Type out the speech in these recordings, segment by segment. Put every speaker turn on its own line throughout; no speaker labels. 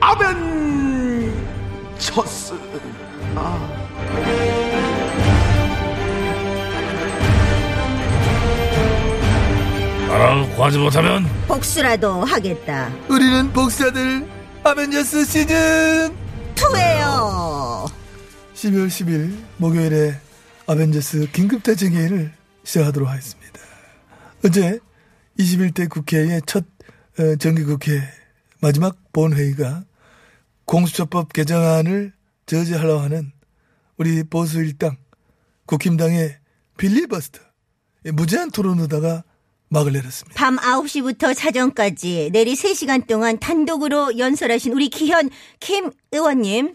아벤처스.
나라가 구하지 못하면
복수라도 하겠다.
우리는 복사들 아벤져스 시즌
투예요.
12월 10일 목요일에 아벤져스 긴급대책회의를 시작하도록 하겠습니다. 어제 21대 국회의 첫 어, 정기국회 마지막 본회의가 공수처법 개정안을 저지하려고 하는 우리 보수 일당 국힘당의 빌리버스터 무제한 토론으로다가 막을 내렸습니다.
밤 9시부터 자정까지 내리 3시간 동안 단독으로 연설하신 우리 기현 김 의원님.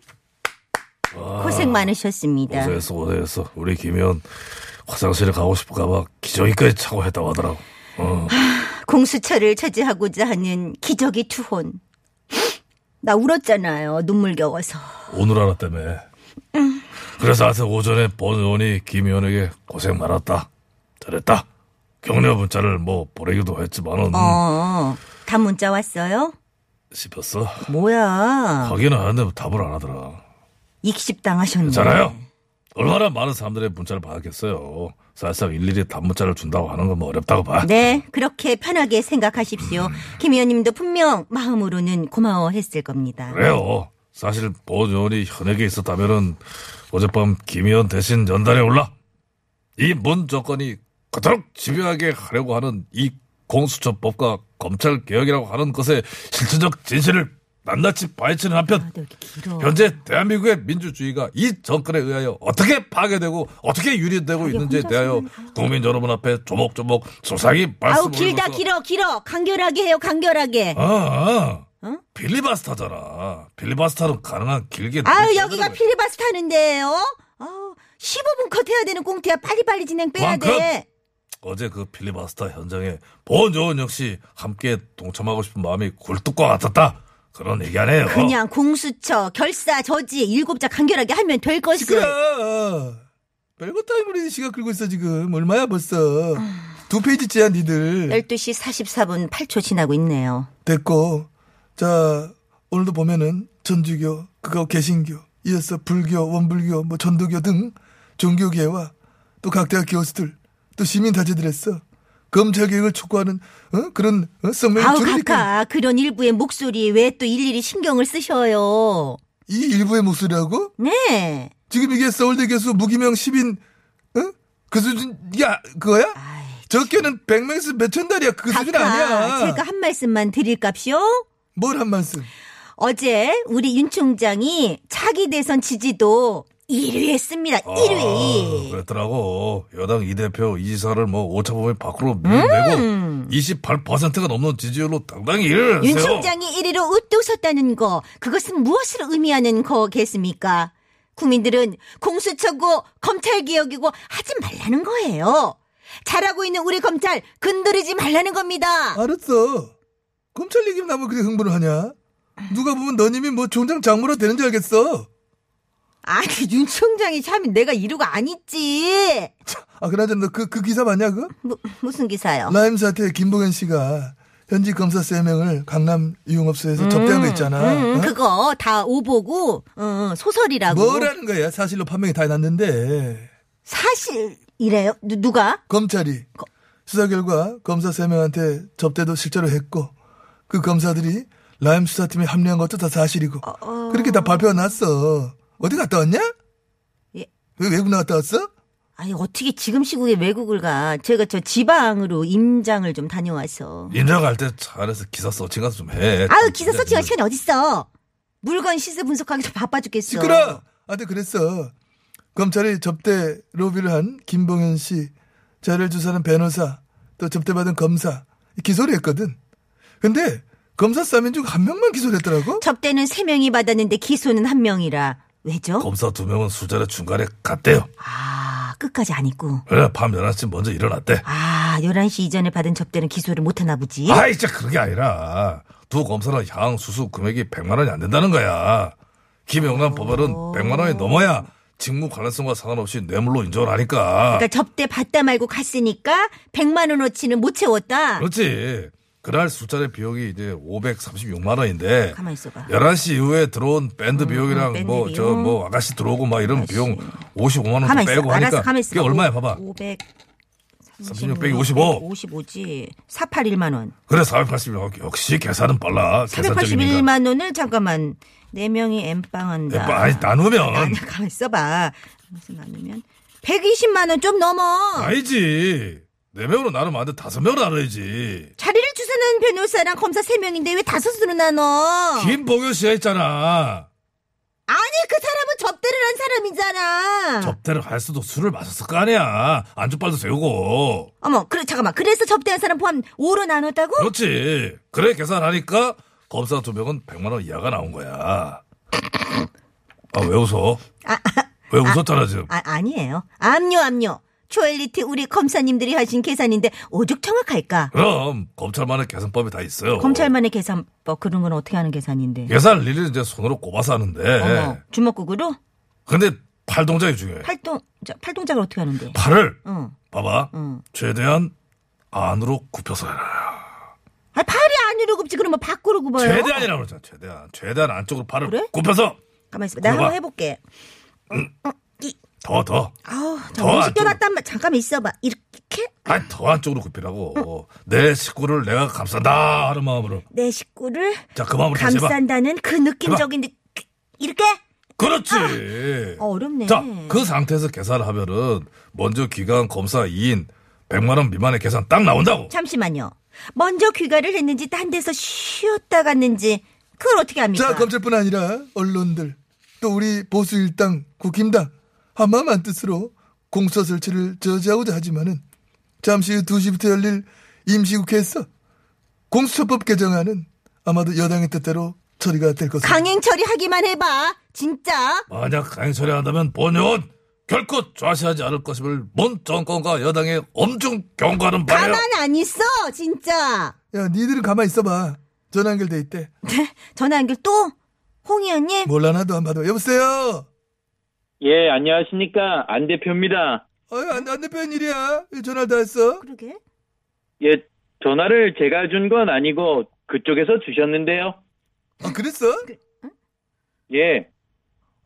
고생 많으셨습니다.
고생했어 고생했어 우리 김현 화장실에 가고 싶을까봐 기저귀까지 차고 했다고 하더라고 어.
공수처를 차지하고자 하는 기적의 투혼. 나 울었잖아요. 눈물 겨워서.
오늘 알았다며 그래서 하여튼 오전에 본 의원이 김현에게 고생 많았다 잘했다 격려 문자를 뭐 보내기도 했지만은
어. 다 문자 왔어요?
씹혔어
뭐야.
확인은 하는데 답을 안 하더라
익십당하셨네.
괜찮아요 얼마나 많은 사람들의 문자를 받았겠어요 사실상 일일이 답문자를 준다고 하는 건 뭐 어렵다고 봐
네, 그렇게 편하게 생각하십시오. 김 의원님도 분명 마음으로는 고마워했을 겁니다.
그래요. 사실 본 의원이 현역에 있었다면은 어젯밤 김 의원 대신 연단에 올라 이 문 정권이 그토록 지배하게 하려고 하는 이 공수처법과 검찰 개혁이라고 하는 것의 실질적 진실을 낱낱이 파헤치는 한편
나도 아, 네, 이렇게 길어.
현재 대한민국의 민주주의가 이 정권에 의하여 어떻게 파괴되고 어떻게 유린되고 있는지에 대하여 국민 여러분 앞에 조목조목 소상히
아우
말씀을
길다
올리면서
길어 길어 간결하게 해요 간결하게.
아,
어?
빌리바스타잖아. 빌리바스타는 가능한 길게.
아유
늘리게
여기가
해야 돼.
필리바스타는데요. 아우 15분 컷 해야 되는 꽁트야 빨리빨리 진행 빼야 돼.
어제 그 필리바스타 현장에 본 요원 역시 함께 동참하고 싶은 마음이 굴뚝과 같았다. 그런 얘기 아니에요.
그냥 공수처 결사 저지 일곱자 간결하게 하면 될 것을.
시끄러. 별것도 아니고 우리 시가 끌고 있어 지금 얼마야 벌써 두 페이지째야 니들
12시 44분 8초 지나고 있네요.
됐고 자 오늘도 보면은 천주교 그거 개신교 이어서 불교 원불교 뭐 전도교 등 종교계와 또 각자 교수들 또 시민 다재들에서 검찰 개혁을 촉구하는 어? 그런 어? 성명이
아우
줄이니까
카카 그런 일부의 목소리 왜 또 일일이 신경을 쓰셔요.
이 일부의 목소리라고
네.
지금 이게 서울대 교수 무기명 시민 어? 그 수준 야 그거야?
아이,
적게는 100명에서 몇천 달이야. 그 수준
각하,
아니야.
제가 한 말씀만 드릴값이요.
뭘 한 말씀.
어제 우리 윤 총장이 차기 대선 지지도 1위 했습니다. 1위.
아, 그랬더라고. 여당 이 대표 이사를 뭐 5차 범위 밖으로 밀어내고 28%가 넘는 지지율로 당당히
음.
일을 했어요.
윤 총장이 1위로 우뚝 섰다는 거 그것은 무엇을 의미하는 거겠습니까? 국민들은 공수처고 검찰개혁이고 하지 말라는 거예요. 잘하고 있는 우리 검찰 건드리지 말라는 겁니다.
알았어. 검찰 얘기만 하면 그렇게 흥분을 하냐? 누가 보면 너님이 뭐 종장 장모로 되는 줄 알겠어.
아니 윤 총장이 참 내가 1위가 아니지.
아, 그나저나 그, 그 기사 봤냐, 그?
무, 무슨 기사요?
라임 사태 김보현 씨가 현지 검사 세명을 강남 유흥업소에서 접대한 거 있잖아.
음,
어?
그거 다 오보고 어, 소설이라고.
뭐라는 거야? 사실로 판명이 다 났는데.
사실이래요? 누, 누가?
검찰이 수사 결과 검사 세명한테 접대도 실제로 했고 그 검사들이 라임 수사팀에 합류한 것도 다 사실이고
어,
그렇게 다 발표가 났어. 어디 갔다 왔냐?
예.
왜 외국 나갔다 왔어?
아니 어떻게 지금 시국에 외국을 가? 제가 저 지방으로 임장을 좀 다녀와서.
인정할 때 차 안에서 기사 서칭 가서 좀 해.
네,
아우 기사 서칭할 시간이 어딨어? 물건 시세 분석하기도 바빠 죽겠어.
시끄러! 아들 그랬어. 검찰이 접대 로비를 한 김봉현 씨, 자를 주사는 변호사, 또 접대받은 검사, 이 기소를 했거든. 근데 검사 3인 중 한 명만 기소를 했더라고?
접대는 세명이 받았는데 기소는 한명이라 왜죠?
검사 두 명은 수자를 중간에 갔대요.
아, 끝까지 안 있고.
그래, 밤 11시 먼저 일어났대.
아, 11시 이전에 받은 접대는 기소를 못 하나 보지.
아, 이제 그런 게 아니라 두 검사는 향 수수 금액이 100만 원이 안 된다는 거야. 김영란 법원은
어.
100만 원이 넘어야 직무 관련성과 상관없이 뇌물로 인정을 하니까.
그러니까 접대 받다 말고 갔으니까 100만 원어치는 못 채웠다.
그렇지. 그날 술자리 비용이 이제 536만 원인데
가만 있어봐.
11시 이후에 들어온 밴드 비용이랑
음, 밴드
뭐 저 뭐
비용.
아가씨 들어오고 막 이런
아가씨.
비용 55만 원
가만 있어.
빼고 하니까
알았어. 가만 있어.
그게 얼마야 봐봐.
500
36 빼기 55.
55지. 481만 원.
그래 481만 역시 계산은 빨라. 계산적인 인간.
481만 원을 잠깐만. 네 명이 엠빵 한다.
예, 빠- 아니 나누면
아니, 가만 있어 봐. 무슨 나누면 120만 원 좀 넘어.
아니지. 네 명으로 나누면 안 돼. 다섯 명으로 나눠야지.
자리를 주선한 변호사랑 검사 세명인데왜 다섯으로 나눠?
김봉현 씨가 있잖아.
아니, 그 사람은 접대를 한 사람이잖아.
접대를 할 수도 술을 마셨을 거 아니야. 안주빨도 세우고.
어머, 그래 잠깐만. 그래서 접대한 사람 포함 5로 나눴다고?
그렇지. 그래 계산하니까 검사 두 명은 100만 원 이하가 나온 거야. 아 왜 웃어? 왜 웃었잖아 지금.
아, 아니에요. 압류, 압류. 초엘리트 우리 검사님들이 하신 계산인데 오죽 정확할까?
그럼 검찰만의 계산법이 다 있어요.
검찰만의 계산법 뭐 그런 건 어떻게 하는 계산인데?
계산 일일이 이제 손으로 꼽아서 하는데.
어머, 주먹구구로
근데 팔 동작이 중요해.
팔동 자, 팔동작을 어떻게 하는데?
팔을
응.
봐봐.
응.
최대한 안으로 굽혀서 해라.
아, 팔이 안으로 굽지 그러면 밖으로 굽어요.
최대한이라고 그러잖아. 최대한. 최대한 안쪽으로 팔을
그래?
굽혀서
가만 있어. 봐. 나 한번
굽어봐.
해볼게. 어,
더 더.
아우,
음. 더
정식
안쪽으로.
껴놨단 말. 잠깐만 있어봐. 이렇게
아니 더 안쪽으로 굽히라고. 내 식구를 내가 감싼다 하는 마음으로.
내 식구를
자, 그 마음으로 다시 해봐.
감싼다는 그 느낌적인 느... 이렇게
그렇지.
어, 어렵네.
자, 그 상태에서 계산을 하면은 먼저 기간 검사 2인 100만 원 미만의 계산 딱 나온다고.
잠시만요. 먼저 귀가를 했는지 딴 데서 쉬었다 갔는지 그걸 어떻게 합니까?
자, 검찰뿐 아니라 언론들, 또 우리 보수 일당, 국힘당, 한마음 한 뜻으로 공수처 설치를 저지하고자 하지만은 잠시 후 2시부터 열릴 임시국회에서 공수처법 개정안은 아마도 여당의 뜻대로 처리가 될 것으로.
강행 처리하기만 해봐. 진짜.
만약 강행 처리한다면 본연 결코 좌시하지 않을 것임을 문 정권과 여당의 엄중 경고하는 바예요.
가만 안 있어. 진짜.
야, 니들은 가만히 있어봐. 전화 연결돼 있대.
네? 전화 연결 또? 홍 의원님?
몰라 나도 한번 받아. 여보세요?
예, 안녕하십니까. 안 대표입니다.
어이, 안, 안 대표 일이야. 전화 다 했어.
그러게.
예, 전화를 제가 준 건 아니고 그쪽에서 주셨는데요.
아, 그랬어?
예,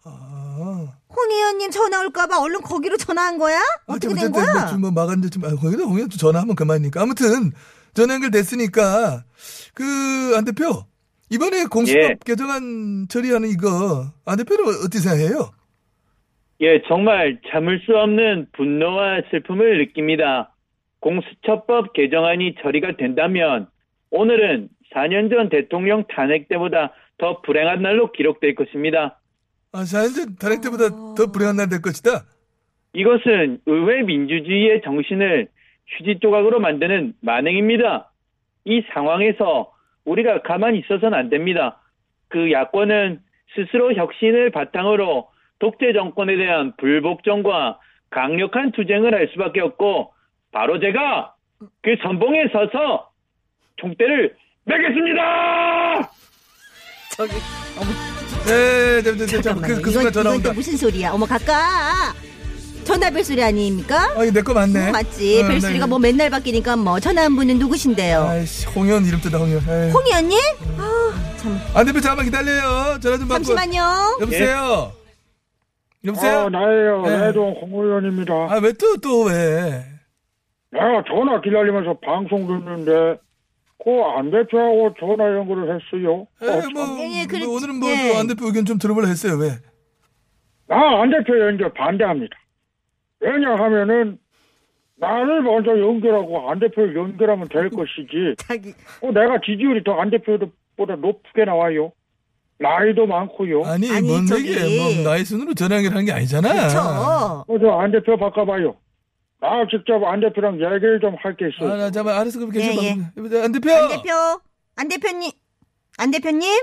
아.
홍 의원님 전화 올까봐 얼른 거기로 전화한 거야? 어떻게 된
어쨌든
거야?
아, 뭐좀 뭐 막았는지 좀, 아, 거기다 공연 전화하면 그만이니까. 아무튼, 전화 연결됐으니까, 그, 안 대표, 이번에 공수법
예.
개정안 처리하는 이거, 안 대표는 어떻게 생각해요?
예, 정말 참을 수 없는 분노와 슬픔을 느낍니다. 공수처법 개정안이 처리가 된다면 오늘은 4년 전 대통령 탄핵 때보다 더 불행한 날로 기록될 것입니다.
아, 자연제 단핵 때보다 더 불행한 날 될 것이다.
이것은 의회 민주주의의 정신을 휴지 조각으로 만드는 만행입니다. 이 상황에서 우리가 가만히 있어서는 안 됩니다. 그 야권은 스스로 혁신을 바탕으로 독재 정권에 대한 불복종과 강력한 투쟁을 할 수밖에 없고 바로 제가 그 선봉에 서서 총대를 매겠습니다.
저기.
네, 잠, 잠, 잠, 잠,
잠깐만요.
그, 그
이건,
순간 전화
이건 또
온다.
무슨 소리야? 어머, 가까. 전화벨 소리 아닙니까?
아, 이거 내거 맞네.
뭐 맞지.
어,
벨
네.
소리가 뭐 맨날 바뀌니까 뭐 전화 한 분은 누구신데요?
아이씨, 네. 홍현 이름 뜨다, 홍현. 에이.
홍 의원님? 아, 참.
안 대표 잠깐만 기다려요. 전화 좀 받고.
잠시만요.
여보세요? 여보세요?
어, 나예요.
네.
나동 홍의원입니다.
아, 왜 또, 또 왜?
내가 전화 기다리면서 방송 듣는데 그 안 대표하고 전화 연결을 했어요. 어,
에이, 뭐,
예, 예,
뭐
그렇지.
오늘은 뭐,
예.
또안 대표 의견 좀 들어보려 했어요, 왜?
나 안 대표 연결 반대합니다. 왜냐하면은 나를 먼저 연결하고 안 대표를 연결하면 될 것이지.
자기.
어, 내가 지지율이 더 안 대표보다 높게 나와요. 나이도 많고요.
아니,
아니,
뭔
저기-
얘기예요? 뭐, 나의 순으로 전화 연결하는 게 아니잖아.
그렇죠.
어, 저안 대표 바꿔봐요. 나 직접 안 대표랑 얘기를 좀 할 게
아,
있어요.
나 잠깐 알았어. 그럼 계속
예, 예.
안 대표.
안 대표. 안 대표님. 안 대표님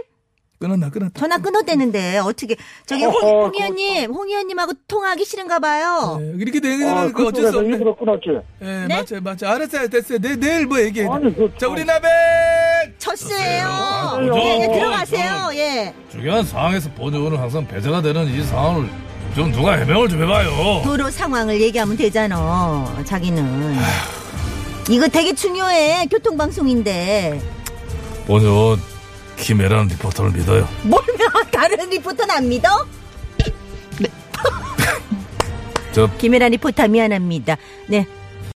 끊었나 끊었다.
전화 끊어대는데 어떻게 저기 홍,
어허,
홍 의원님 홍 의원님하고 통화하기 싫은가 봐요.
예, 이렇게 되는
아,
거는 그 어쩔 수
그쪽에서
없네.
일부러 끊었지.
예,
네?
맞아요, 맞아요. 알았어요, 됐어요. 내, 내일 뭐 얘기해.
아니, 그-
자, 우리 나베!
젖스예요.
저세요. 아,
예, 예,
저요.
들어가세요. 예.
중요한 상황에서 본의원은 항상 배제가 되는 이 상황을 좀 누가 해명을 좀 해봐요.
도로 상황을 얘기하면 되잖아. 자기는. 이거 되게 중요해. 교통방송인데.
본의원 김혜란 리포터를 믿어요.
뭘면 다른 리포터는 안 믿어?
저
김혜란 리포터 미안합니다. 네.